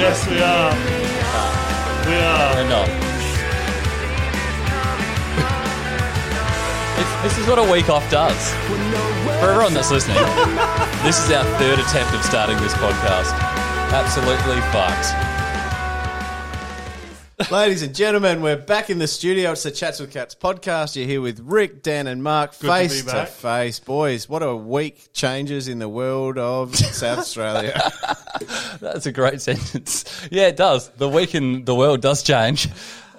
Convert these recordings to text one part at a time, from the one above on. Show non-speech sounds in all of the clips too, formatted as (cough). Yes, we are. We are. Enough. It's- this is what a week off does. For everyone that's (laughs) listening, this is our third attempt of starting this podcast. Absolutely fucked. Ladies and gentlemen, we're back in the studio. It's the Chats with Cats podcast. You're here with Rick, Dan, and Mark, Good to be face to, back. face. Boys, what a week changes in the world (laughs) of South Australia. That's a great (laughs) sentence. Yeah, it does. The week in the world does change.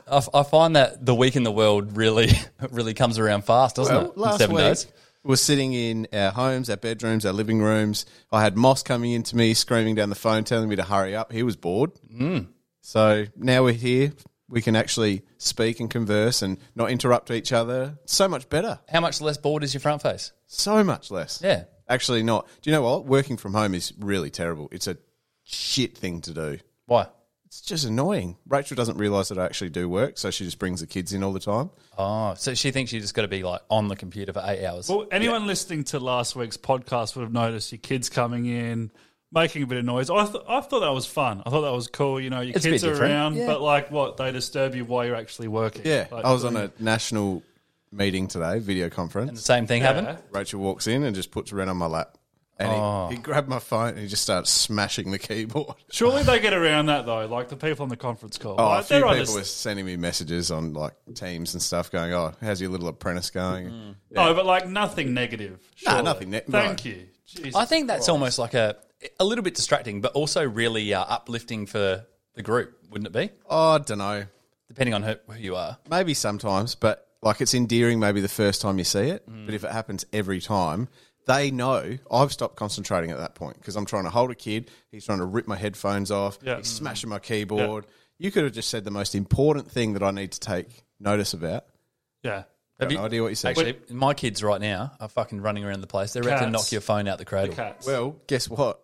I, f- I find that the week in the world really, (laughs) really comes around fast, doesn't Well, it? In last seven week days. we're sitting in our homes, our bedrooms, our living rooms. I had Moss coming into me, screaming down the phone, telling me to hurry up. He was bored. Mm. So now we're here. We can actually speak and converse and not interrupt each other. So much better. How much less bored is your front face? So much less. Yeah. Actually, not. Do you know what? Working from home is really terrible. It's a shit thing to do. Why? It's just annoying. Rachel doesn't realise that I actually do work, so she just brings the kids in all the time. Oh, so she thinks you just got to be like on the computer for eight hours. Well, anyone listening to last week's podcast would have noticed your kids coming in, making a bit of noise. I, th- I thought that was fun. I thought that was cool. You know, your It's a kids bit are different. around, Yeah. but like what? They disturb you while you're actually working. Yeah. Like, I was on a national meeting today, video conference. and the same thing happened. Rachel walks in and just puts Ren on my lap. And he, he grabbed my phone and he just starts smashing the keyboard. Surely they get around that though, like the people on the conference call. Oh, a Like, few they're people underst- were sending me messages on like Teams and stuff going, oh, how's your little apprentice going? No, but like nothing negative. Nah, surely. nothing ne- Thank no. you. Jesus. I think that's almost like a a little bit distracting, but also really uh, uplifting for the group, wouldn't it be? Oh, I don't know. Depending on who, who you are. Maybe sometimes, but like it's endearing maybe the first time you see it. Mm. But if it happens every time, they know I've stopped concentrating at that point because I'm trying to hold a kid. He's trying to rip my headphones off. Yeah. Mm. He's smashing my keyboard. You could have just said the most important thing that I need to take notice about. Yeah. Have no idea what you said. Actually, my kids right now are fucking running around the place. They're about to Cats. knock your phone out the cradle. Cats. Well, guess what?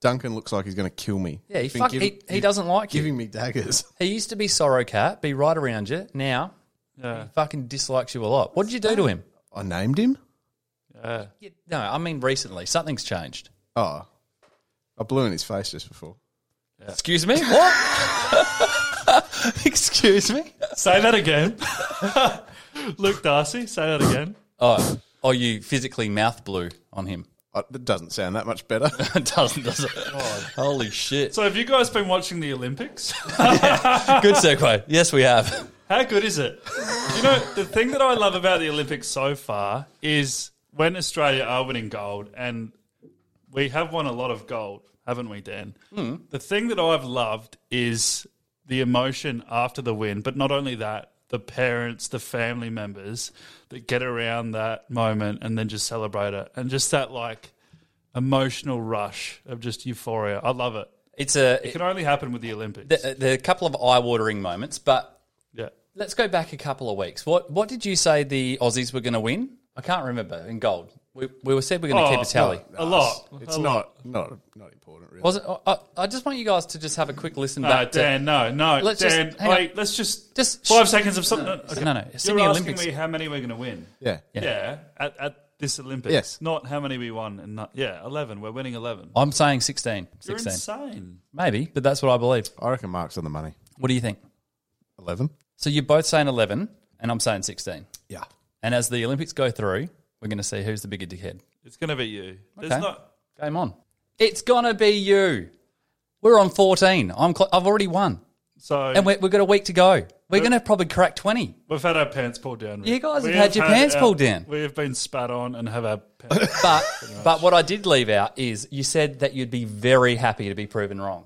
Duncan looks like he's going to kill me. Yeah, he, He's been fuck, giving- he, he doesn't like you. giving (laughs) me daggers. He used to be sorrow cat, be right around you. Now, Yeah. he fucking dislikes you a lot. What did you do to him? I named him. yeah. You- No, I mean recently. Something's changed. Oh, I blew in his face just before. Excuse me? What? (laughs) Excuse me? Say that again. (laughs) Luke Darcy, say that again. Oh, oh, you physically mouth blew on him. Uh, That doesn't sound that much better. doesn't, does (laughs) it? Holy shit. So, have you guys been watching the Olympics? (laughs) Good segue. (laughs) Yes, we have. How good is it? You know, the thing that I love about the Olympics so far is when Australia are winning gold, and we have won a lot of gold, haven't we, Dan? The thing that I've loved is the emotion after the win, but not only that, the parents, the family members that get around that moment and then just celebrate it, and just that like emotional rush of just euphoria. I love it. It's a It can only happen with the Olympics. the, uh, the couple of eye-watering moments, but yeah. let's go back a couple of weeks. What what did you say the Aussies were going to win? I can't remember in gold. We, we were said we are going to keep a tally. Oh, A lot. It's a not not not important really. Wasn't I, I- I just want you guys to just have a quick listen No, back. to- Dan, no, no. Let's just- Dan, hang on. wait, let's just. Just- five seconds of something. okay. no, no, it's in You're the asking Olympics. me how many we're going to win. yeah. Yeah. at, at this Olympics. Yes. Not how many we won. and not, Yeah, 11. We're winning 11. I'm saying 16. You're 16. insane. Maybe, but that's what I believe. I reckon Mark's on the money. What do you think? Eleven. So you're both saying 11, and I'm saying 16. Yeah. And as the Olympics go through, we're going to see who's the bigger dickhead. It's going to be you. There's Okay. not. Game on. It's going to be you. We're on 14. I'm cl- I've already won. So And we're, we've got a week to go. We're going to probably crack 20. we've had our pants pulled down. Rick. You guys We have had your pants our- pulled down. We have been spat on and have (laughs) our pants. (laughs) But, but what I did leave out is you said that you'd be very happy to be proven wrong.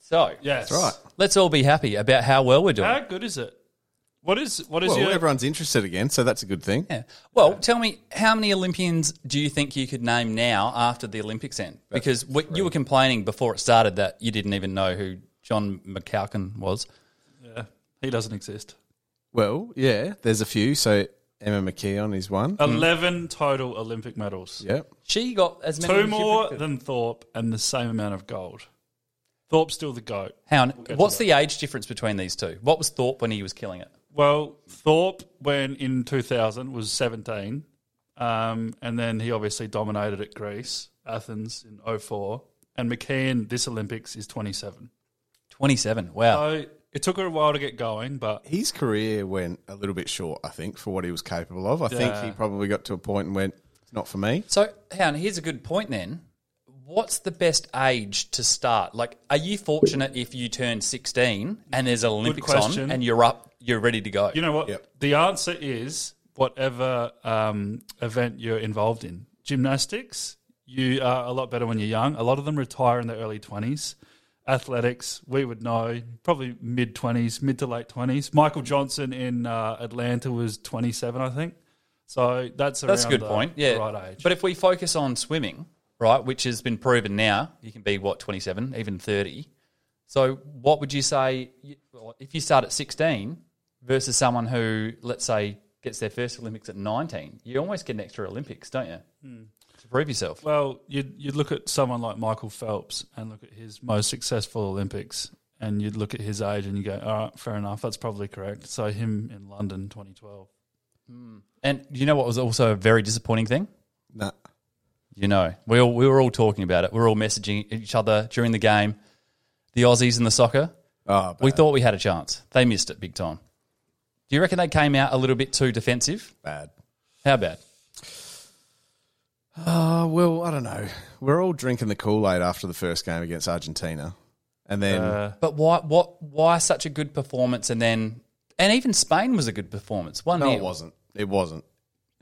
So yes. That's right. let's all be happy about how well we're doing. How good is it? What is what is Well, your everyone's interested again, so that's a good thing. Yeah. Well, tell me, how many Olympians do you think you could name now after the Olympics end? Because what, you were complaining before it started that you didn't even know who John McCalkin was. He doesn't exist. Well, yeah, there's a few. So Emma McKeon is one. Oh. Hmm. Eleven total Olympic medals. Yep. She got as many. Two as you more predicted. than Thorpe and the same amount of gold. Thorpe's still the goat. How, what's the age difference between these two? What was Thorpe when he was killing it? Well, Thorpe, when in 2000, was 17. Um, and then he obviously dominated at Greece, Athens in 04. And McKeon, this Olympics, is 27. 27. Wow. So it took her a while to get going, but His career went a little bit short, I think, for what he was capable of. I think he probably got to a point and went, "It's not for me." So, Hound, here's a good point then. What's the best age to start? Like, are you fortunate if you turn 16 and there's Olympics on question. and you're up, you're ready to go? you know what? Yep. The answer is whatever um, event you're involved in. Gymnastics, you are a lot better when you're young. A lot of them retire in their early 20s. Athletics, we would know, probably mid 20s, mid to late 20s. Michael Johnson in uh, Atlanta was 27, I think. So that's That's a around good the- point. the Yeah. right age. But if we focus on swimming, right, which has been proven now, you can be what 27, even 30. So what would you say you- well, if you start at 16 versus someone who let's say gets their first Olympics at 19? You almost get an extra Olympics, don't you? Hmm. To prove yourself. Well, you'd, you'd look at someone like Michael Phelps and look at his most successful Olympics, and you'd look at his age and you go, all right, fair enough, that's probably correct. So, him in London 2012. And you know what was also a very disappointing thing? Nah. You know, we all, we were all talking about it. We were all messaging each other during the game. The Aussies and the soccer. Oh, bad. We thought we had a chance. They missed it big time. Do you reckon they came out a little bit too defensive? bad. How bad? Uh, well, I don't know. We're all drinking the Kool Aid after the first game against Argentina, and then Uh, But why what why such a good performance and then and even Spain was a good performance. One no, nil. it wasn't. It wasn't.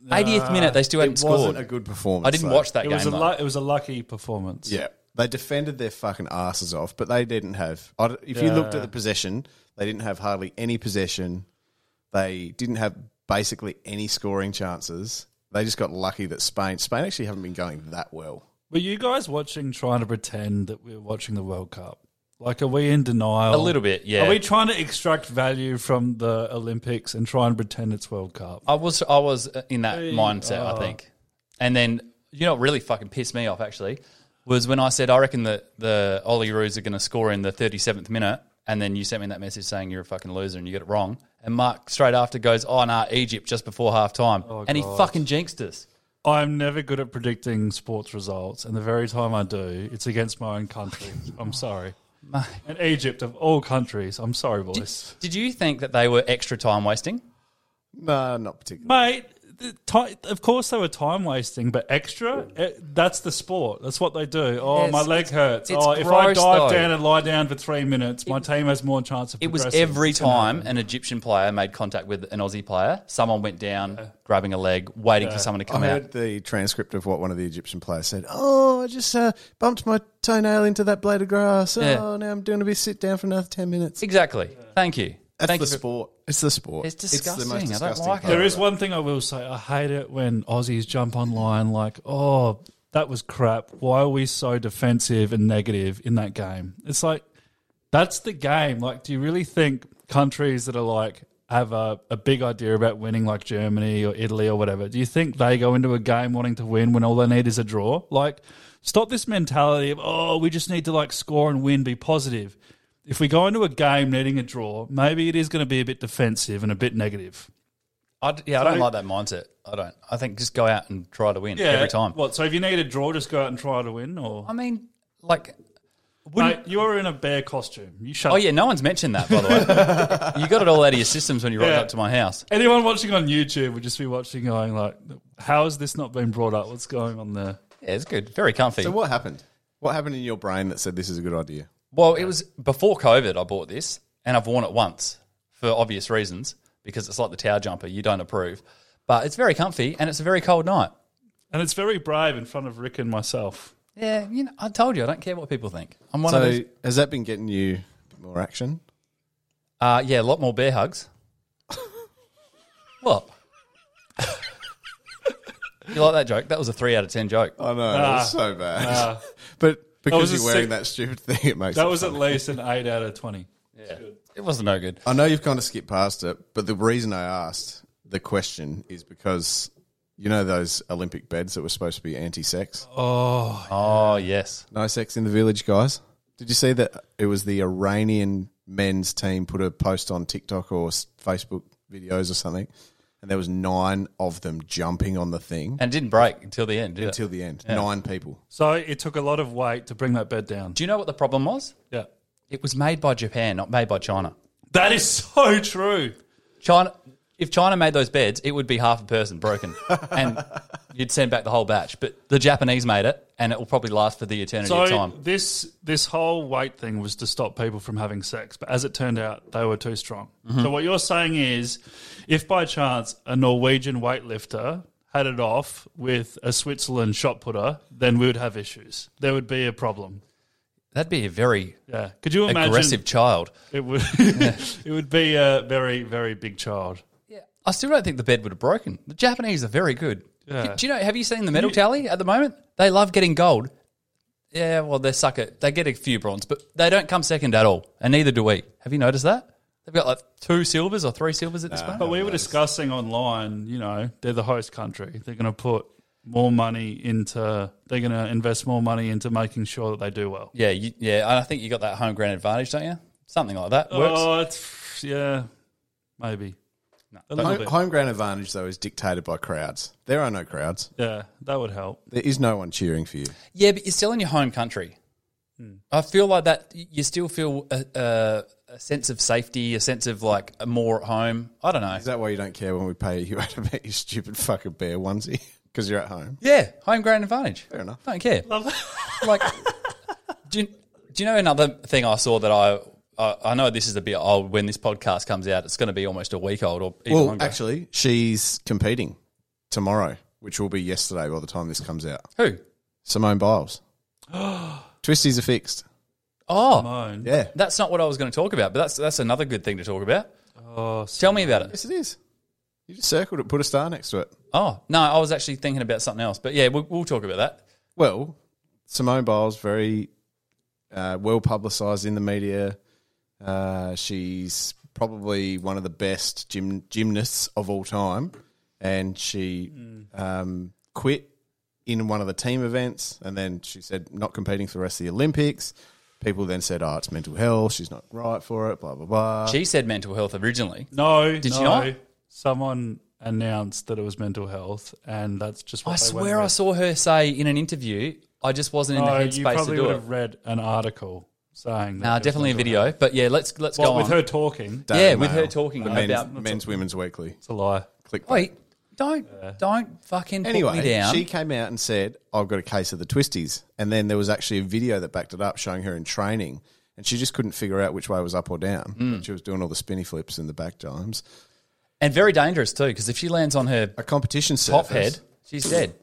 80th minute they still hadn't it wasn't scored. a good performance. I didn't though. watch that It game. was, a though. lu- it was a lucky performance. Yeah, they defended their fucking asses off, but they didn't have. I d if you looked at the possession, they didn't have hardly any possession. They didn't have basically any scoring chances. They just got lucky that Spain. Spain actually haven't been going that well. Were you guys watching, trying to pretend that we were watching the World Cup? Like, are we in denial? A little bit, yeah. Are we trying to extract value from the Olympics and try and pretend it's World Cup? I was I was in that mindset, I think. And then you know what really fucking pissed me off actually was when I said I reckon that the Oli Roos are gonna score in the thirty seventh minute and then you sent me that message saying you're a fucking loser and you got it wrong. And Mark straight after goes, Oh nah, Egypt just before half time. and he fucking jinxed us. I'm never good at predicting sports results, and the very time I do, it's against my own country. I'm sorry. And Egypt, of all countries, I'm sorry, boys. Did you think that they were extra time wasting? No, not particularly. Mate, the ti- of course they were time wasting, but extra? Eh, That's the sport. That's what they do. Oh, Yes, my leg it's- hurts. it's oh, if I dive gross, though. down and lie down for three minutes, my team has more chance of It was progressing. every It's gonna time happen. an Egyptian player made contact with an Aussie player, someone went down, grabbing a leg, waiting for someone to I come out. heard the transcript of what one of the Egyptian players said. Oh, I just uh, bumped my toenail into that blade of grass. Oh, Yeah. now I'm doing a bit sit down for another ten minutes. Exactly. Thank you. That's Thank the you for- sport. It's the sport. It's disgusting. I don't like it. part There of is one thing I will say. I hate it when Aussies jump online like, oh, that was crap. Why are we so defensive and negative in that game? It's like, that's the game. Like, do you really think countries that are like, have a, a big idea about winning, like Germany or Italy or whatever, do you think they go into a game wanting to win when all they need is a draw? Like, stop this mentality of, oh, we just need to like score and win, be positive. If we go into a game needing a draw, maybe it is going to be a bit defensive and a bit negative. I, yeah, I don't like that mindset. I don't. I think just go out and try to win every time. What? So if you need a draw, just go out and try to win, or I mean, like, Mate, you are in a bear costume. You shut. oh yeah, no one's mentioned that by the way. (laughs) you got it all out of your systems when you rocked Yeah. up to my house. Anyone watching on YouTube would just be watching, going like, "How has this not been brought up? What's going on there?" Yeah, it's good, very comfy. So what happened? What happened in your brain that said this is a good idea? Well, it was before COVID. I bought this, and I've worn it once for obvious reasons because it's like the tower jumper. You don't approve, but it's very comfy and it's a very cold night. And it's very brave in front of Rick and myself. Yeah, you know, I told you I don't care what people think. I'm one of So those. has that been getting you more action? Uh, yeah, a lot more bear hugs. what? you like that joke? That was a three out of ten joke. I know it was so bad, (laughs) Ah. but was because a you're wearing sick- that stupid thing, it makes That it was at funny. least an eight out of twenty. It wasn't no good. I know you've kind of skipped past it, but the reason I asked the question is because you know those Olympic beds that were supposed to be anti-sex, Oh yes, no sex in the village, guys. Did you see that? It was the Iranian men's team put a post on TikTok or s- Facebook videos or something, and there was nine of them jumping on the thing and it didn't break until the end. Did until until the end. Nine people. So it took a lot of weight to bring that bed down. do you know what the problem was? Yeah, It was made by Japan, not made by China. that is so true. China, if China made those beds, it would be half a person (laughs) broken, and you'd send back the whole batch. But the Japanese made it, and it will probably last for the eternity So of time. this this whole weight thing was to stop people from having sex, but as it turned out, they were too strong. Mm-hmm. So what you're saying is, if by chance a Norwegian weightlifter had it off with a Switzerland shot putter, then we would have issues. There would be a problem. That'd be a very Yeah, could you imagine? aggressive child. It would (laughs) it would be a very very big child. I still don't think the bed would have broken. The Japanese are very good. Yeah. Do you know? Have you seen the medal tally at the moment? They love getting gold. Yeah, well, they suck at. They get a few bronze, but they don't come second at all, and neither do we. Have you noticed that? They've got like two silvers or three silvers at this point. But we were discussing online, you know, they're the host country. They're going to put more money into, they're going to invest more money into making sure that they do well. Yeah, you, yeah. and I think you got that home ground advantage, don't you? Something like that works. Oh, it's, yeah, maybe. a little Home, bit. home ground advantage though is dictated by crowds. There are no crowds. Yeah, that would help. There is no one cheering for you. Yeah, but you're still in your home country. Hmm. I feel like that. You still feel a, a, a sense of safety, a sense of like more at home. I don't know. Is that why you don't care when we pay you (laughs) out about your stupid fucking bear onesie? (laughs) Because you're at home. Yeah, home ground advantage. Fair enough. Don't care. (laughs) like, do you, do you know another thing I saw that I, I I know this is a bit old. When this podcast comes out, it's going to be almost a week old or even well, longer. actually, she's competing tomorrow, which will be yesterday by the time this comes out. who? (gasps) Simone Biles. Twisties are fixed. Oh, Moan. Yeah. that's not what I was going to talk about. But that's that's another good thing to talk about. Tell me about it. Yes, it is. You just circled it, put a star next to it. Oh no, I was actually thinking about something else. But yeah, we'll, we'll talk about that. Uh-huh. Well, Simone Biles, very uh, well publicised in the media. Uh, she's probably one of the best gym, gymnasts of all time, and she um, quit in one of the team events, and then she said not competing for the rest of the Olympics. People then said, "Oh, it's mental health. She's not right for it." Blah blah blah. She said mental health originally. No, Did no. you not? Someone announced that it was mental health, and that's just what I they went swear I with. saw her say in an interview, I just wasn't in No, the you headspace to probably do would it. have read an article saying that. it Nah, was definitely a mental video. health. But yeah, let's let's Well, go with on. her talking, Daily yeah, with Mail, her talking the men's, about- men's women's weekly it's a lie. clickbait. Wait, don't don't fucking put me Anyway, down. she came out and said, I've got a case of the twisties. And then there was actually a video that backed it up showing her in training. And she just couldn't figure out which way was up or down. Hmm. She was doing all the spinny flips and the back dimes. and very dangerous too, because if she lands on her A competition top surface- head, she's dead.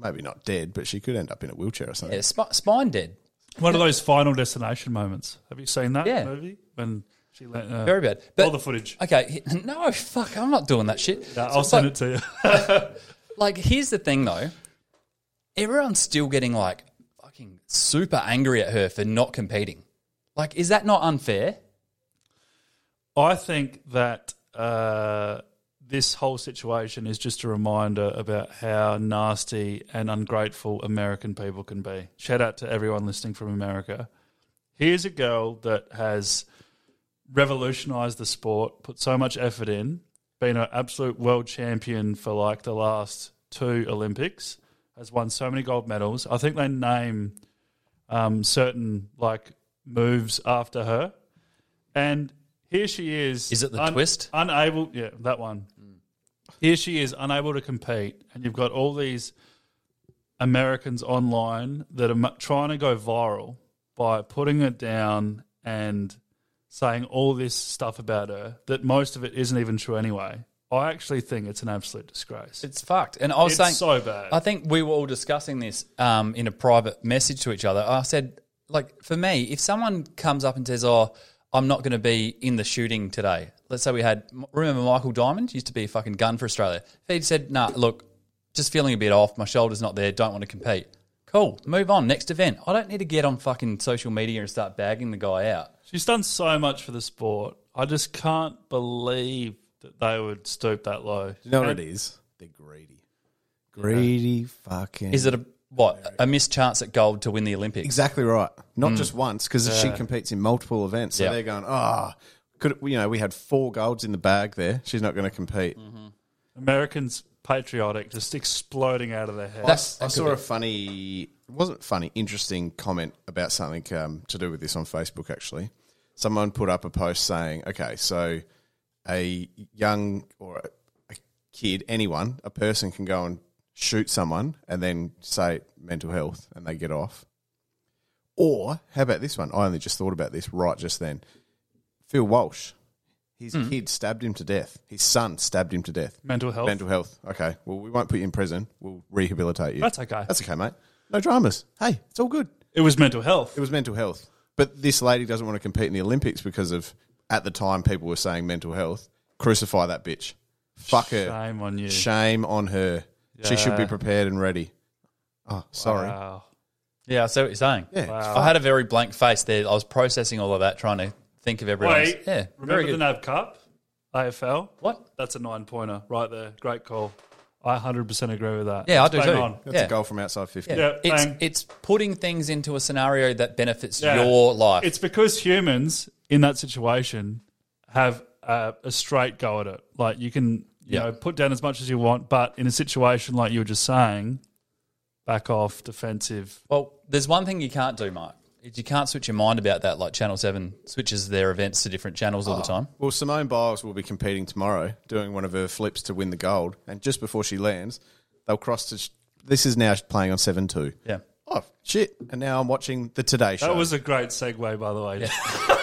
Maybe not dead, but she could end up in a wheelchair or something. Yeah, sp- spine dead. One of those final destination moments. Have you seen that Yeah. movie? When she let, uh, Very bad. all the footage. Okay, he- (laughs) no, fuck, I'm not doing that shit. Nah, I'll So, send but- it to you. like here's the thing though everyone's still getting like fucking super angry at her for not competing like is that not unfair I think that uh, this whole situation is just a reminder about how nasty and ungrateful American people can be. Shout out to everyone listening from America. Here's a girl that has revolutionized the sport, put so much effort in, been an absolute world champion for like the last two Olympics, has won so many gold medals. I think they name um, certain like moves after her. And here she is. Is it the twist? Mm. Unable, yeah, that one. Here she is, unable to compete, and you've got all these Americans online that are mu- trying to go viral by putting it down and saying all this stuff about her that most of it isn't even true anyway. I actually think it's an absolute disgrace. It's fucked. And I was It's saying, so bad. I think we were all discussing this um, in a private message to each other. I said, like, for me, if someone comes up and says, "Oh, I'm not going to be in the shooting today," let's say we had, remember Michael Diamond used to be a fucking gun for Australia. If he'd said, "Nah, look, just feeling a bit off, my shoulder's not there, don't want to compete." Cool, move on. Next event. I don't need to get on fucking social media and start bagging the guy out. She's done so much for the sport. I just can't believe that they would stoop that low. You know what it is? They're greedy. Greedy fucking. Is it a what a missed chance at gold to win the Olympics? Exactly right. Not just once, because she competes in multiple events. So Hmm. Yeah. they're going, ah, could you know, we had four golds in the bag there. She's not going to compete. Americans patriotic just exploding out of their head. I saw a funny, it wasn't funny, interesting comment about something um, to do with this on Facebook. Actually, someone put up a post saying, "Okay, so a young or a, a kid, anyone, a person can go and shoot someone and then say mental health, and they get off." Or how about this one? I only just thought about this right just then. Phil Walsh, his kid stabbed him to death. His son stabbed him to death. mental health. Mental health. Okay. Well, we won't put you in prison. We'll rehabilitate you. That's okay. That's okay, mate. No dramas. Hey, it's all good. it was mental health. It was mental health. But this lady doesn't want to compete in the Olympics because of, at the time, people were saying mental health. Crucify that bitch. Fuck her. Shame on you. Shame on her. She should be Yeah. prepared and ready. Oh, sorry. Wow. Yeah, I see what you're saying. Yeah. Wow. I had a very blank face there. I was processing all of that, trying to think of everyone. Wait, yeah, remember very the good. NAB Cup? AFL? What? That's a nine pointer right there. Great call. I 100% agree with that. Yeah, I do Bang too. on. That's yeah. a goal from outside 50. Yeah, it's bang. it's putting things into a scenario that benefits Yeah. your life. It's because humans in that situation have a, a straight go at it. Like you can, you Yeah. know, put down as much as you want, but in a situation like you were just saying, back off, defensive. well, there's one thing you can't do, Mark. is You can't switch your mind about that. Like Channel Seven switches their events to different channels Ah. all the time. Well, Simone Biles will be competing tomorrow, doing one of her flips to win the gold. And just before she lands, they'll cross to. This is now playing on 7 2. Yeah. Oh shit! And now I'm watching the Today Show. That was a great segue, by the way. (laughs)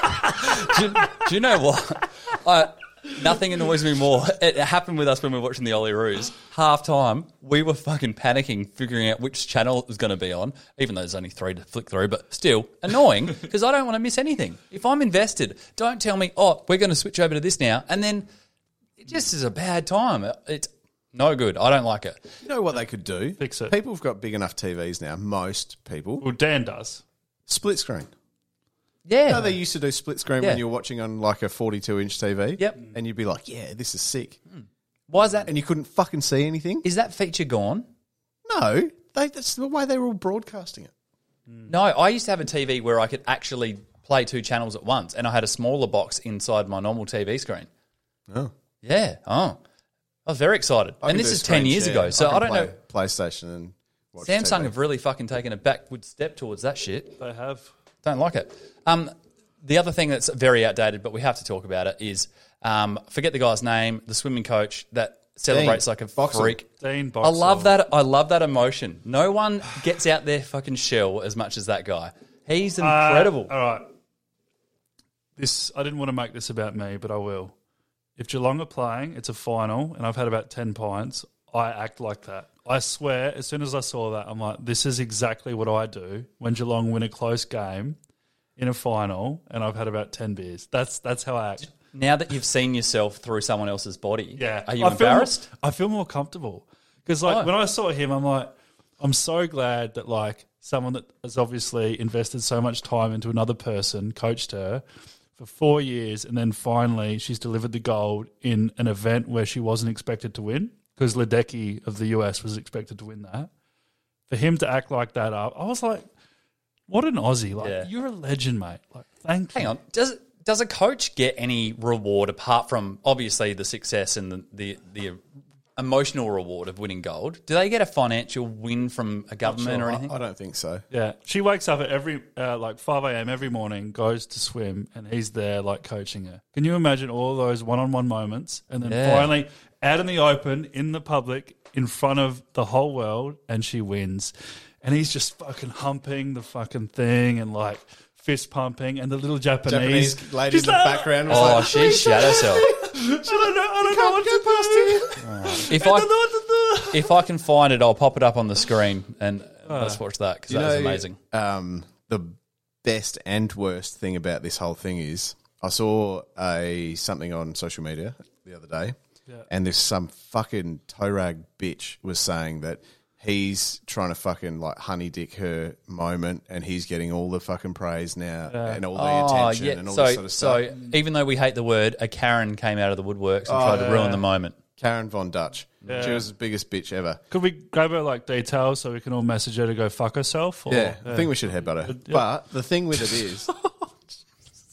do, do you know what? (laughs) I, nothing annoys me more. It happened with us when we were watching the Ollie Roos. Half time, we were fucking panicking, figuring out which channel it was going to be on, even though there's only three to flick through, but still annoying because I don't want to miss anything. If I'm invested, don't tell me, oh, we're going to switch over to this now. And then it just is a bad time. It- It's no good. I don't like it. you know what they could do? Fix it. People have got big enough TVs now. Most people Well, Dan does. split screen. Yeah. You know they used to do split screen Yeah. when you were watching on like a 42 inch TV. Yep. And you'd be like, "Yeah, this is sick," Why is that? and you couldn't fucking see anything. Is that feature gone? No, they, that's the way they were all broadcasting it. No, I used to have a TV where I could actually play two channels at once, and I had a smaller box inside my normal TV screen. Oh. Yeah. Oh, I was very excited, I can and this do a is ten screen years share. ago, so I, can don't play know. PlayStation and watch Samsung TV. have really fucking taken a backward step towards that shit. They have. Don't like it. Um, the other thing that's very outdated, but we have to talk about it, is um, forget the guy's name, the swimming coach that celebrates like a Boxall. freak. Dean I Boxall. love that. I love that emotion. No one gets out their fucking shell as much as that guy. He's Uh, incredible. all right. This I didn't want to make this about me, but I will. If Geelong are playing, it's a final, and I've had about ten pints. I act like that. I swear. As soon as I saw that, I'm like, this is exactly what I do when Geelong win a close game in a final, and I've had about ten beers. That's that's how I act. Now that you've seen yourself through someone else's body, Yeah. are you I feel more- embarrassed? I feel more comfortable because like Oh. when I saw him, I'm like, I'm so glad that like someone that has obviously invested so much time into another person coached her for four years, and then finally she's delivered the gold in an event where she wasn't expected to win because Ledecky of the US was expected to win that. For him to act like that up, I was like, "What an Aussie! Like Yeah. you're a legend, mate. Like thank Hang you." on. Does does a coach get any reward apart from obviously the success and the the, the emotional reward of winning gold? Do they get a financial win from a government or anything? I, I don't think so. Yeah, she wakes up at every uh, like five a.m. every morning, goes to swim, and he's there like coaching her. Can you imagine all those one-on-one moments, and then Yeah. finally out in the open, in the public, in front of the whole world, and she wins, and he's just fucking humping the fucking thing and like fist pumping, and the little Japanese, Japanese lady in She's the like, (laughs) background was oh, like, she shat (laughs) herself. I don't know, I don't know what to do. If I I don't know what to do. if I can find it, I'll pop it up on the screen and let's watch that because Uh, You that was know, amazing. Um, the best and worst thing about this whole thing is I saw a something on social media the other day, and this some fucking toe rag bitch was saying that he's trying to fucking like honey dick her moment, and he's getting all the fucking praise now and all the attention and all Oh, so this sort of stuff. Oh, so even though we hate the word, a Karen came out of the woodworks and tried to ruin the moment. Karen von Dutch, she was the biggest bitch ever. Could we grab her like details so we can all message her to go fuck herself? Or, Yeah, I think we should headbutt her. But the thing with (laughs) it is, Oh,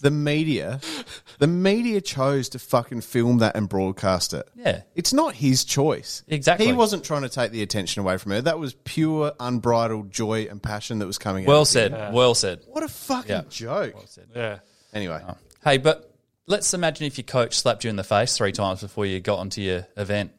the media, the media chose to fucking film that and broadcast it. Yeah. It's not his choice. Exactly. He wasn't trying to take the attention away from her. That was pure, unbridled joy and passion that was coming out. Well of him. said. Well said. What a fucking Yeah. joke. yeah. Anyway, Hey, but let's imagine if your coach slapped you in the face three times before you got onto your event.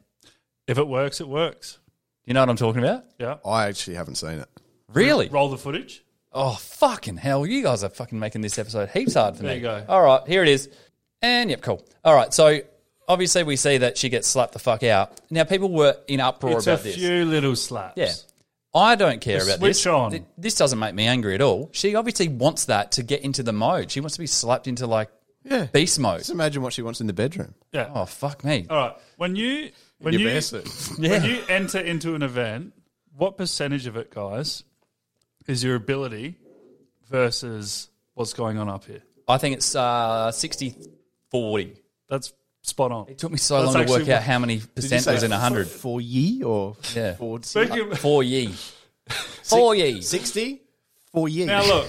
If it works, it works. You know what I'm talking about? Yeah. I actually haven't seen it. Really? Roll the footage. Oh, fucking hell. You guys are fucking making this episode heaps hard for There me. you go. All right, here it is. And yep, cool. All right, so obviously we see that she gets slapped the fuck out. Now, people were in uproar It's a about this. few little slaps. Yeah. I don't care The about switch this. on. Th- This doesn't make me angry at all. She obviously wants that to get into the mode. She wants to be slapped into like Yeah. beast mode. Just imagine what she wants in the bedroom. Yeah. Oh fuck me. All right. When you when Your you barefoot. when you enter into an event, what percentage of it, guys, is your ability versus what's going on up here? I think it's uh 60 40. That's spot on. It took me so That's long to work actually- out how many percent was in 100. For ye or Yeah. for Speaking of- Four ye. (laughs) Four ye. 60? For ye. now look,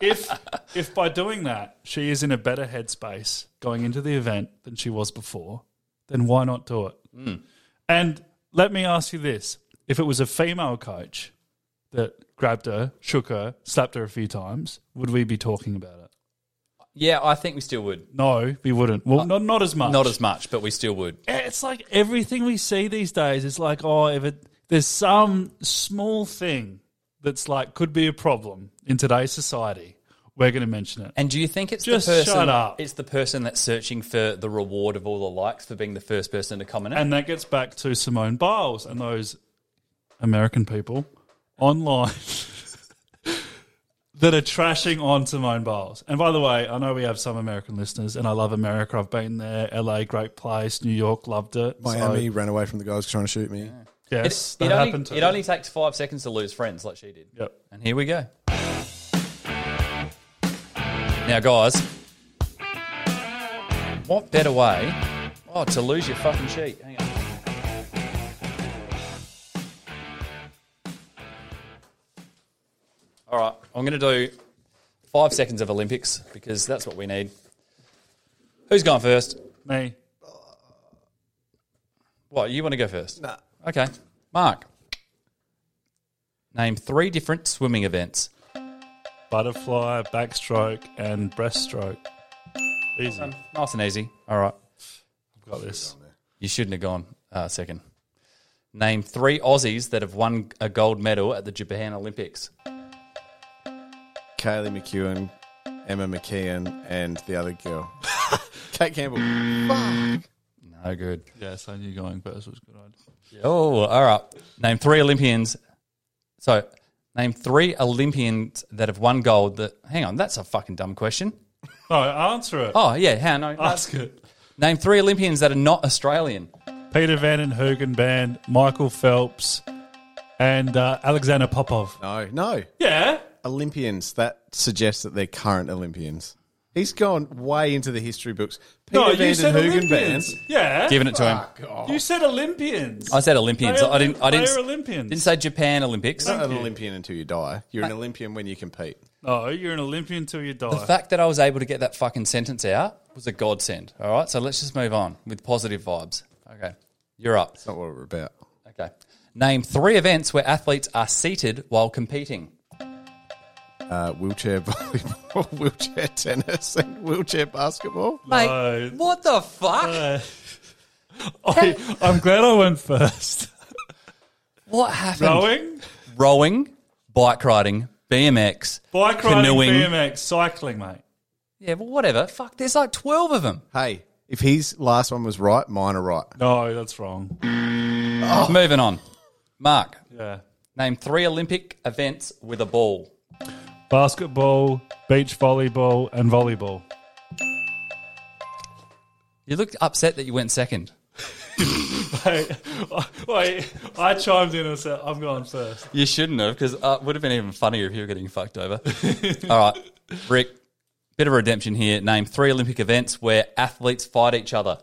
if if by doing that she is in a better headspace going into the event than she was before, then why not do it? Hmm. And let me ask you this: if it was a female coach that grabbed her, shook her, slapped her a few times, would we be talking about it? Yeah, I think we still would. No, we wouldn't. Well, not not as much. Uh, Eh, Not as much, but we still would. It's like everything we see these days is like, oh, if it, there's some small thing that's like could be a problem in today's society, we're going to mention it. And do you think it's Just the person? shut up. It's the person that's searching for the reward of all the likes for being the first person to comment. And that gets back to Simone Biles and those American people online (laughs) that are trashing on Simone Biles. And by the way, I know we have some American listeners, and I love America. I've been there. LA, great place. New York, loved it. Miami So, ran away from the guys trying to shoot me. yes, it, that only, happened to it her. only takes five seconds to lose friends, like she did. Yep. And here we go. Now, guys, what better way? Oh, to lose your fucking sheet. Hang on. All right, I'm going to do five seconds of Olympics because that's what we need. Who's going first? Me. What, you want to go first? Nah. Okay. Mark, name three different swimming events. butterfly, backstroke, and breaststroke. Easy. I've Nice and easy. All right. got this. You shouldn't have gone uh, second. Name three Aussies that have won a gold medal at the Japan Olympics. Kaylee McEwen, Emma McKeon, and the other (laughs) girl, Kate Campbell. No good. Yes, I knew going first was a good idea. Oh, all right. Name three Olympians. So, name three Olympians that have won gold. That hang on, that's a fucking dumb question. No, answer it. Oh yeah, how no. no. Ask it. Name three Olympians that are not Australian. Peter Van den Hoogen Band, Michael Phelps, and uh, Alexander Popov. No, no. Yeah. Olympians. That suggests that they're current Olympians. He's gone way into the history books. Peter No, Van you den said Hoogen Olympians. Band. Yeah. Giving it to him. You said Olympians. I said Olympians. Ah, They I didn't. I didn't. They are Olympians. Didn't say Japan Olympics. You're not an Olympian until you die. You're Uh, an Olympian when you compete. No, you're an Olympian till you die. The fact that I was able to get that fucking sentence out was a godsend. All right, so let's just move on with positive vibes. Okay, you're up. That's not what we're about. Okay, name three events where athletes are seated while competing. Uh, wheelchair volleyball, (laughs) wheelchair tennis, and wheelchair basketball. No. what the fuck? I, I'm glad I went first. What happened? (laughs) Rowing, Rowing, bike riding, BMX, bike riding, canoeing. BMX, cycling, mate. Yeah, well, whatever. Fuck, there's like twelve of them. Hey, if his last one was right, mine are right. No, that's wrong. (gasps) Moving on. Mark, Yeah. name three Olympic events with a ball. Basketball, beach volleyball, and volleyball. You looked upset that you went second. Wait, (laughs) wait, I chimed in and said, I'm going first. You shouldn't have, because uh, it would have been even funnier if you were getting fucked over. (laughs) All right, Rick, bit of redemption here. Name three Olympic events where athletes fight each other.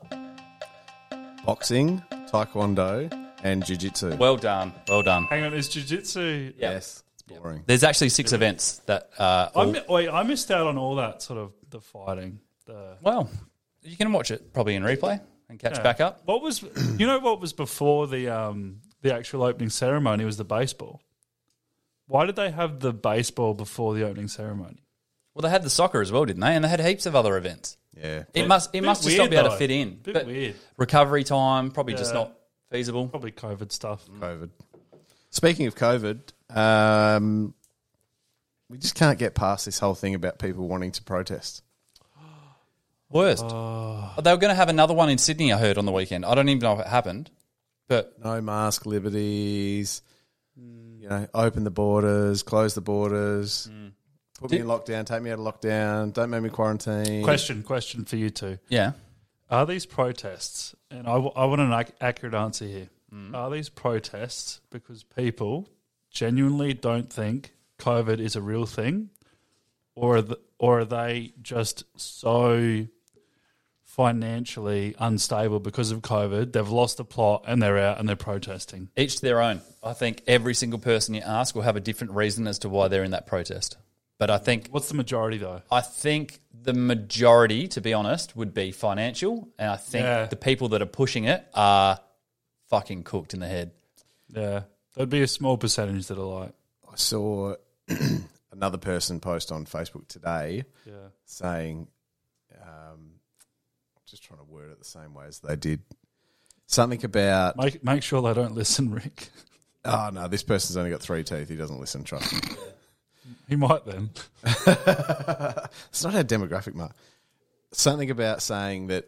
Boxing, taekwondo, and jiu-jitsu. Well done, well done. Hang on, is jiu jitsu. Yeah. yes, it's boring. There's actually six events that. Uh, Oh. all- Wait, I missed out on all that sort of the fighting. The, well, you can watch it probably in replay and catch back up. what was, you know, what was before the um, the actual opening ceremony was the baseball. Why did they have the baseball before the opening ceremony? Well, they had the soccer as well, didn't they? And they had heaps of other events. Yeah. It must it bit must just weird, not be able though. to fit in. Bit But weird. Recovery time probably just Yeah. not feasible. Probably COVID stuff. COVID. Speaking of COVID, um, we just can't get past this whole thing about people wanting to protest. Worst. Oh. They were going to have another one in Sydney. I heard on the weekend. I don't even know if it happened, but No mask liberties. You know, open the borders, close the borders. Put me in lockdown, take me out of lockdown, don't make me quarantine. Question, question for you two. yeah. Are these protests, and I, w- I want an ac- accurate answer here, are these protests because people genuinely don't think COVID is a real thing? Or are, th- or are they just so financially unstable because of COVID? They've lost the plot and they're out and they're protesting. Each to their own. I think every single person you ask will have a different reason as to why they're in that protest. But I think What's the majority, though? I think the majority, to be honest, would be financial, and I think Yeah. the people that are pushing it are fucking cooked in the head. Yeah. There'd be a small percentage that are like, I saw (clears throat) another person post on Facebook today yeah. saying, um, just trying to word it the same way as they did. Something about, Make, make sure they don't (laughs) listen, Rick. oh no, this person's only got three teeth. He doesn't listen, trust me. He might then. It's not our demographic, Mark. Something about saying that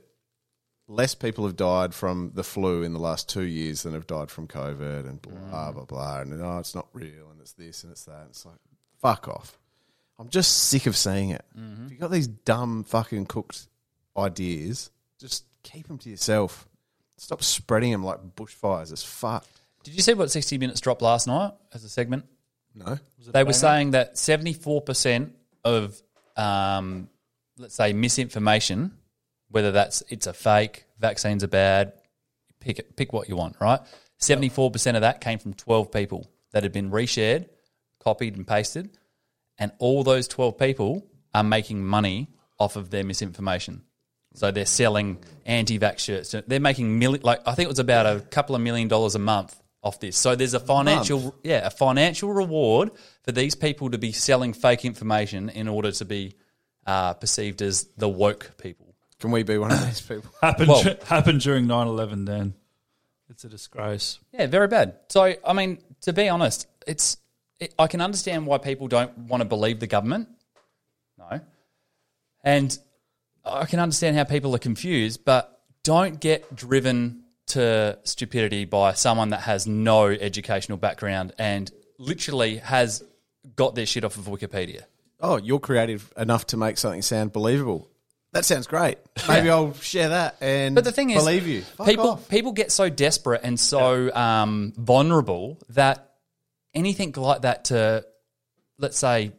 less people have died from the flu in the last two years than have died from COVID and blah, blah, blah. And oh, it's not real and it's this and it's that. It's like, fuck off. I'm just sick of seeing it. If you've got these dumb fucking cooked ideas, just keep them to yourself. Stop spreading them like bushfires. It's fucked. Did you see what 60 Minutes dropped last night as a segment? No? They were saying that 74% of, um, let's say, misinformation, whether that's it's a fake, vaccines are bad, pick, it, pick what you want, right? 74% of that came from 12 people that had been reshared, copied, and pasted. And all those 12 people are making money off of their misinformation. So they're selling anti-vax shirts. They're making million, like I think it was about a couple of million dollars a month off this. So there's a financial, yeah, a financial reward for these people to be selling fake information in order to be uh, perceived as the woke people. Can we be one of these (coughs) people? Happened, Well- happened during 9 11 then. It's a disgrace. Yeah, very bad. So I mean, to be honest, it's it, I can understand why people don't want to believe the government. No, and I can understand how people are confused, but don't get driven to stupidity by someone that has no educational background and literally has got their shit off of Wikipedia. oh, you're creative enough to make something sound believable. That sounds great. Maybe I'll share that and But the thing is, believe you. Fuck people off. people get so desperate and so um, vulnerable that anything Mm. like that to, let's say,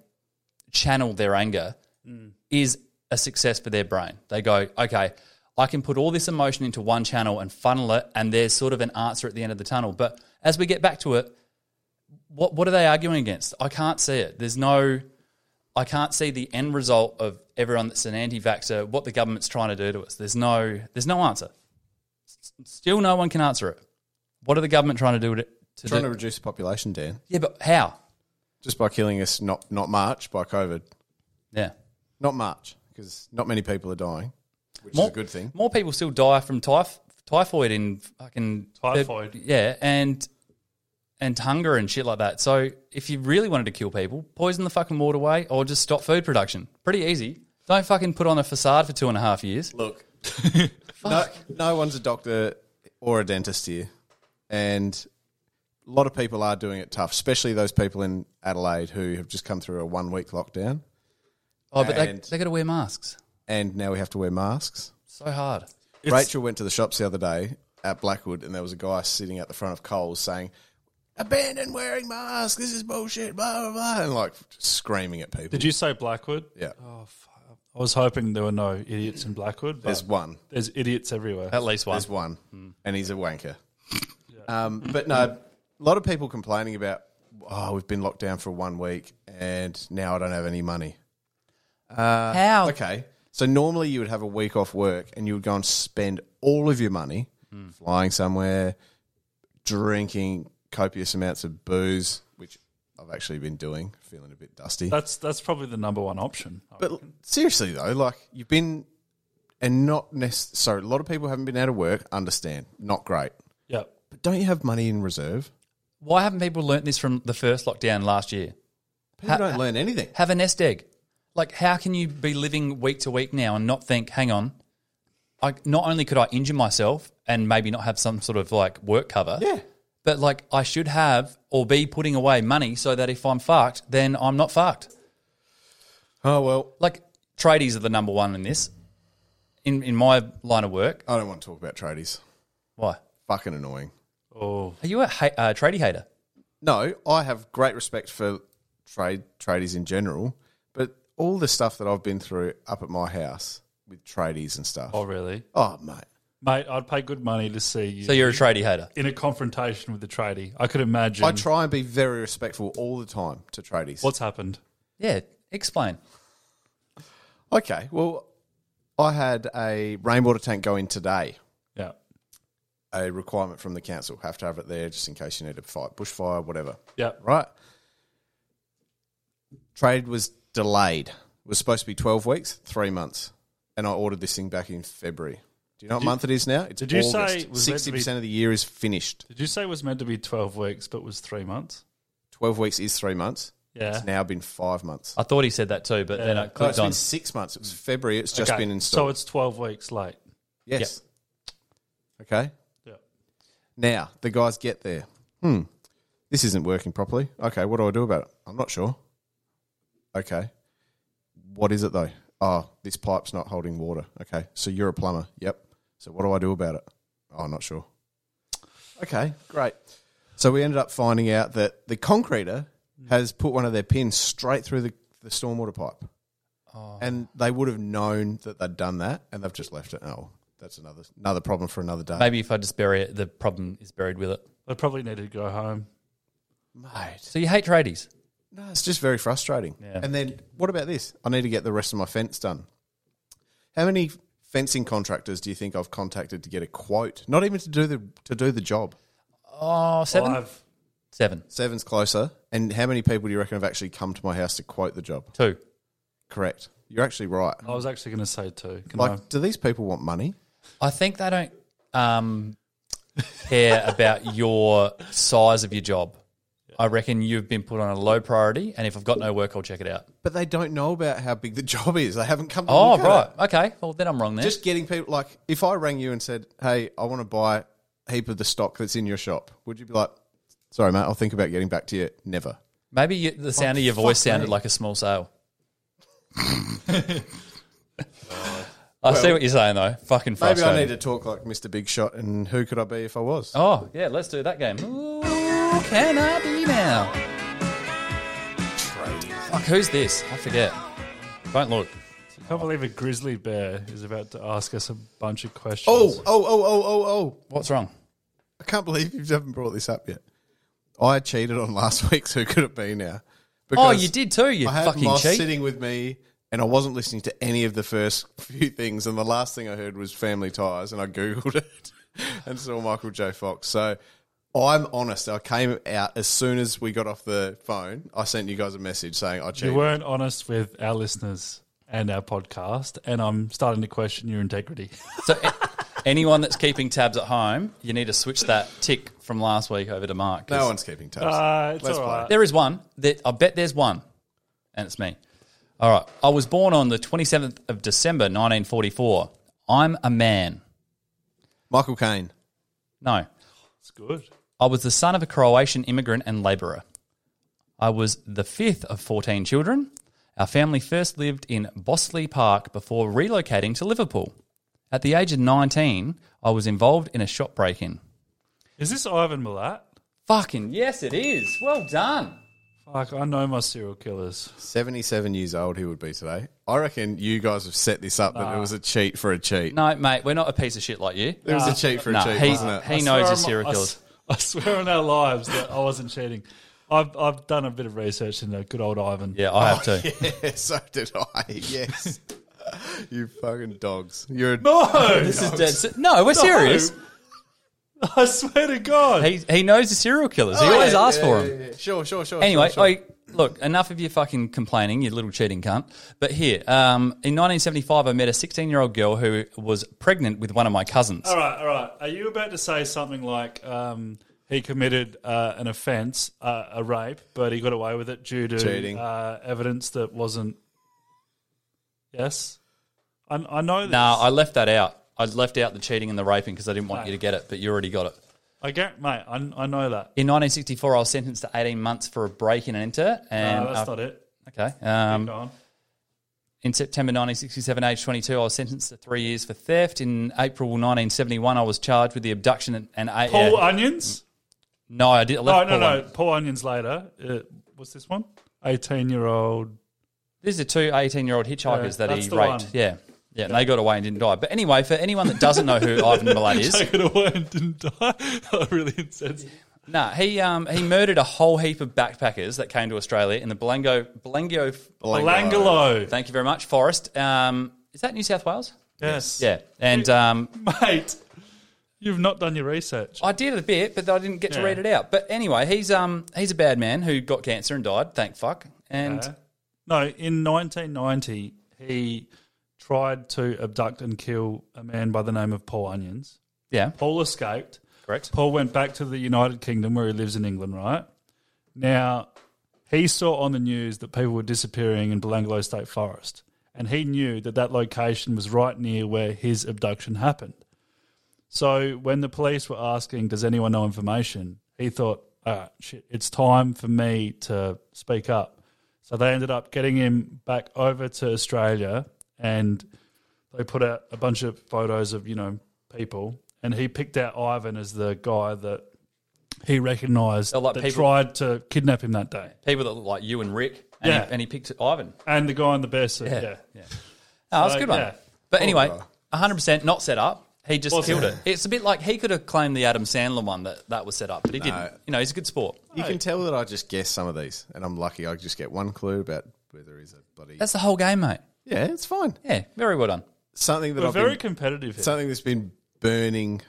channel their anger is a success for their brain. They go, okay, I can put all this emotion into one channel and funnel it, and there's sort of an answer at the end of the tunnel. But as we get back to it, what what are they arguing against? I can't see it. There's no, I can't see the end result of everyone that's an anti-vaxxer. What the government's trying to do to us. There's no, there's no answer. S- Still, no one can answer it. What are the government trying to do to? to Trying to do? reduce the population, Dan, yeah, but how? just by killing us not not much by COVID. Yeah, Not much because not many people are dying, which more is a good thing. More people still die from typh- typhoid in fucking Typhoid. yeah, and and hunger and shit like that. So if you really wanted to kill people, poison the fucking waterway or just stop food production. Pretty easy. Don't fucking put on a facade for two and a half years. Look, no, no one's a doctor or a dentist here, and a lot of people are doing it tough, especially those people in Adelaide who have just come through a one week lockdown, Oh, but they And- they got to wear masks. and now we have to wear masks. So hard. (laughs) Rachel went to the shops the other day at Blackwood, and there was a guy sitting at the front of Coles saying, "Abandon wearing masks. This is bullshit." Blah blah blah, and like screaming at people. Did you say Blackwood? yeah, Oh, I was hoping there were no idiots in Blackwood, but there's there's, one. idiots everywhere. At least one. Hmm. There's one, and he's a wanker. Um, but no, a lot of people complaining about, oh, we've been locked down for one week, and now I don't have any money. How? Okay, so normally you would have a week off work, and you would go and spend all of your money flying somewhere, drinking copious amounts of booze, which I've actually been doing, feeling a bit dusty. That's that's probably the number one option. But seriously though, like you've been, and not necessarily. So a lot of people haven't been out of work. Understand? Not great. yeah, But don't you have money in reserve? Why haven't people learnt this from the first lockdown last year? People don't learn anything. Have a nest egg. Like, how can you be living week to week now and not think, hang on, I, not only could I injure myself and maybe not have some sort of like work cover, Yeah. but like I should have or be putting away money so that if I'm fucked, then I'm not fucked. Oh well, Like, tradies are the number one in this. In, in my line of work, I don't want to talk about tradies. why? Fucking annoying. Oh, Are you a ha- uh, tradie hater? No, I have great respect for trade tradies in general, but all the stuff that I've been through up at my house with tradies and stuff. Oh, Oh, really? mate, Mate, I'd pay good money to see you So you're a tradie hater. in a confrontation with the tradie. I could imagine I try and be very respectful all the time to tradies. what's happened. Yeah, explain. Okay, well, I had a rainwater tank go in today. Yeah. A requirement from the council have to have it there just in case you need to fight bushfire, whatever. Yeah. right? Trade was delayed. It was supposed to be 12 weeks, three months. And I ordered this thing back in February. Do you know what month it is now? It's did you say August. it was meant to 60% be- of the year is finished. Did you say it was meant to be 12 weeks, but was three months? 12 weeks is three months. Yeah. It's now been five months. I thought he said that too, but then I No, it's clicked on. been six months. It was February. It's just Okay, been So installed. it's 12 weeks late. yes. Okay. Yeah. Now, the guys get there. Hmm. This isn't working properly. Okay, what do I do about it? I'm not sure. Okay. What is it though? Oh, this pipe's not holding water. Okay. So you're a plumber. Yep. So what do I do about it? Oh, I'm not sure. Okay, great. So we ended up finding out that the concreter has put one of their pins straight through the, the stormwater pipe. And they would have known that they'd done that and they've just left it. Oh, that's another another problem for another day. Maybe if I just bury it, the problem is buried with it. They probably need to go home. Mate. So you hate tradies? No, it's just very frustrating. And then what about this? I need to get the rest of my fence done. How many fencing contractors do you think I've contacted to get a quote? Not even to do the to do the job. Oh, seven? Five. Seven. Seven's closer. And how many people do you reckon have actually come to my house to quote the job? Two. Correct. You're actually right. I was actually going to say two. Can I? Like, do these people want money? I think they don't um, (laughs) care about your size of your job. I reckon you've been put on a low priority, and if I've got no work, I'll check it out. But they don't know about how big the (laughs) job is. They haven't come. To Oh, look at right. it. Okay. Well, then I'm wrong there. Just getting people like if I rang you and said, "Hey, I want to buy a heap of the stock that's in your shop," would you be like, "Sorry, mate, I'll think about getting back to you." Never. Maybe you, the sound of your fuck voice sounded me. like a small (laughs) sale. I see what you're saying, though. Fucking Maybe frustrating. I need to talk like Mr. Big Shot and who could I be if I was? Oh, yeah. Let's do that game. Ooh, can I be now? Fuck, who's this? I forget. Don't look. can't believe a grizzly bear is about to ask us a bunch of questions. Oh, oh, oh, oh, oh, oh. What's wrong? I can't believe you haven't brought this up yet. I cheated on last (laughs) week's Who Could It Be Now? Oh, Because you did too. You I had fucking Moss cheat. sitting with me, and I wasn't listening to any of the first few things. And the last thing I heard was Family Ties, and I Googled (laughs) it and saw Michael J. Fox. So I'm honest. I came out as soon as we got off the phone. I sent you guys a message saying I you cheated. weren't honest with our listeners and our podcast, and I'm starting to question your integrity. So a- anyone that's keeping tabs at home, you need to switch that tick from last week over to Mark. 'cause No one's keeping tabs. (laughs) Uh, it's Let's all right. There is one. That I bet there's one, and it's me. All right. I was born on the 27th of December, 1944. I'm a man. Michael Caine. No. It's good. I was the son of a Croatian immigrant and labourer. I was the fifth of 14 children. Our family first lived in Bosley Park before relocating to Liverpool. At the age of 19, I was involved in a shop break in. Is this Ivan Milat? Fucking yes, it is. Well done. Fuck, I know my serial killers. 77 years old he would be today. I reckon you guys have set this up that it was a cheat for a cheat. No, mate, we're not a piece of shit like you. It was a cheat for Nah, a cheat, he, wasn't it? he I knows swear his on my- serial I killers. s- I swear on our lives that I wasn't cheating. I've, I've done a bit of research into good old Ivan. Yeah, I have to. Oh, Yeah, (laughs) so did I. Yes. (laughs) you fucking dogs. You're a No, (laughs) This is dead. se- No, we're (laughs) serious. Oh, I swear to God. He, he knows the serial killers. He always Oh, yeah, asks yeah, for yeah, them. yeah, yeah. Sure, sure, sure. Anyway, sure, sure. I, look, enough of your fucking complaining, you little cheating cunt. But here, um, in 1975, I met a 16 year old girl who was pregnant with one of my cousins. All right, all right. Are you about to say something like um, he committed uh, an offence, uh, a rape, but he got away with it due to Cheating. Uh, evidence that wasn't? Yes, I, I know. This. No, I left that out. I left out the cheating and the raping because I didn't want you to get it, but you already got it. I get, mate. I, I know that. In 1964, I was sentenced to 18 months for a break in and enter. And No, Oh, that's uh, not it. Okay. Um, Go on. In September 1967, age 22, I was sentenced to three years for theft. In April 1971, I was charged with the abduction and, and I- Paul uh, Onions. Oh, no, I did. I No, left no, Paul no. on. Paul Onions later. Uh, what's this one? Eighteen-year-old. (laughs) These are two 18 year old hitchhikers Yeah, that he that's raped. the one. Yeah. Yeah, and they got away and didn't die. But anyway, for anyone that doesn't (laughs) know who Ivan Milat is, Take it away and didn't die. (laughs) I really insensitive. nah, he um, he murdered a whole heap of backpackers that came to Australia in the Belango Belango. Langolo. Thank you very much, Forest. Um, is that New South Wales? Yes. Yeah, and um, Mate, you've not done your research. I did a bit, but I didn't get to Yeah. read it out. But anyway, he's um he's a bad man who got cancer and died. Thank fuck. And Uh-huh. No, in 1990, he tried to abduct and kill a man by the name of Paul Onions. yeah, Paul escaped. correct. Paul went back to the United Kingdom where he lives in England, right? Now, he saw on the news that people were disappearing in Belanglo State Forest, and he knew that that location was right near where his abduction happened. So when the police were asking, "Does anyone know information?" he thought, "All right, shit, it's time for me to speak up." So they ended up getting him back over to Australia, and they put out a bunch of photos of you know people, and he picked out Ivan as the guy that he recognised Oh, like that people- tried to kidnap him that day, People that look like you and Rick. And Yeah. He, and he picked Ivan. and the guy in the bear suit. Yeah, Oh, that's a So, good one. yeah. But anyway, 100% not set up. He just Wasn't. killed it. It's a bit like he could have claimed the Adam Sandler one that, that was set up, but he didn't. You know, he's a good sport. You can tell that I just guess some of these, and I'm lucky I just get one clue about whether he's a bloody. That's the whole game, mate. yeah, it's fine. Yeah, very well done. Something that we're I've very been, competitive here. something that's been burning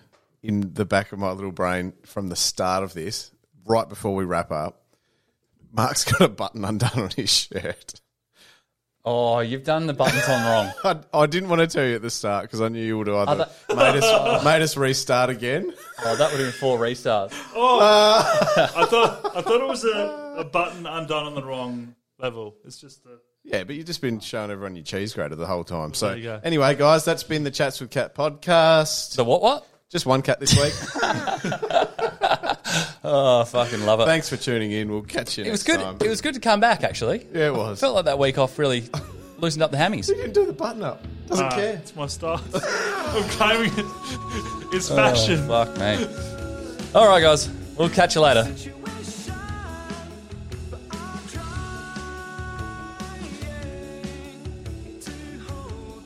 in the back of my little brain from the start of this, right before we wrap up. Mark's got a button undone on his shirt. Oh, you've done the buttons on wrong. I, I didn't want to tell you at the start because I knew you would have Oh, either (laughs) made us made us restart again. Oh, that would have been four restarts. I thought I thought it was a, a button undone on the wrong level. It's just a, Yeah, but you've just been showing everyone your cheese grater the whole time. So you go. anyway, guys, that's been the Chats with Cat podcast. The what, what? Just one cat this (laughs) week. Oh, fucking love it. Thanks for tuning in. We'll catch you. It was next good. Time. It was good to come back, actually. Yeah, it was. Felt like that week off really loosened up the hammies. You didn't do the button up. Doesn't Ah, care. It's my style. (laughs) I'm claiming it. It's fashion. Fuck me. All right, guys. We'll catch you later. situation, but I'm trying to hold.